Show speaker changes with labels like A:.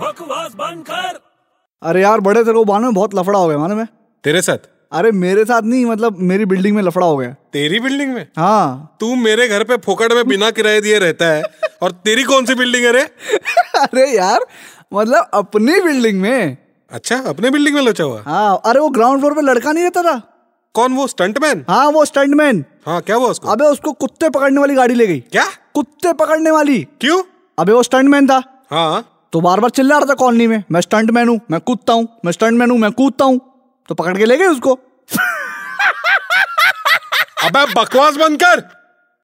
A: बकवास बंद कर
B: अरे यार बड़े तेरे को बानो में बहुत लफड़ा हो गया मालूम है
C: तेरे साथ
B: अरे मेरे साथ नहीं मतलब मेरी बिल्डिंग में लफड़ा हो गया
C: तेरी बिल्डिंग में
B: हाँ
C: तू मेरे घर पे फोकट में बिना किराए दिए रहता है और तेरी कौन सी बिल्डिंग है रे
B: अरे यार मतलब अपनी बिल्डिंग में
C: अच्छा अपने बिल्डिंग में लोचा हुआ
B: हाँ अरे वो ग्राउंड फ्लोर पे लड़का नहीं रहता था
C: कौन वो स्टंटमैन
B: हाँ वो स्टंटमैन
C: हाँ क्या हुआ उसको
B: अबे उसको कुत्ते पकड़ने वाली गाड़ी ले गई
C: क्या
B: कुत्ते पकड़ने वाली
C: क्यों
B: अबे वो स्टंटमैन था
C: हाँ
B: तो बार बार चिल्ला रहा था कॉलोनी में मैं स्टंटमैन हूँ मैं कूदता हूँ मैं स्टंटमैन हूँ मैं कूदता हूँ तो पकड़ के ले गए उसको
C: अबे बकवास बंद कर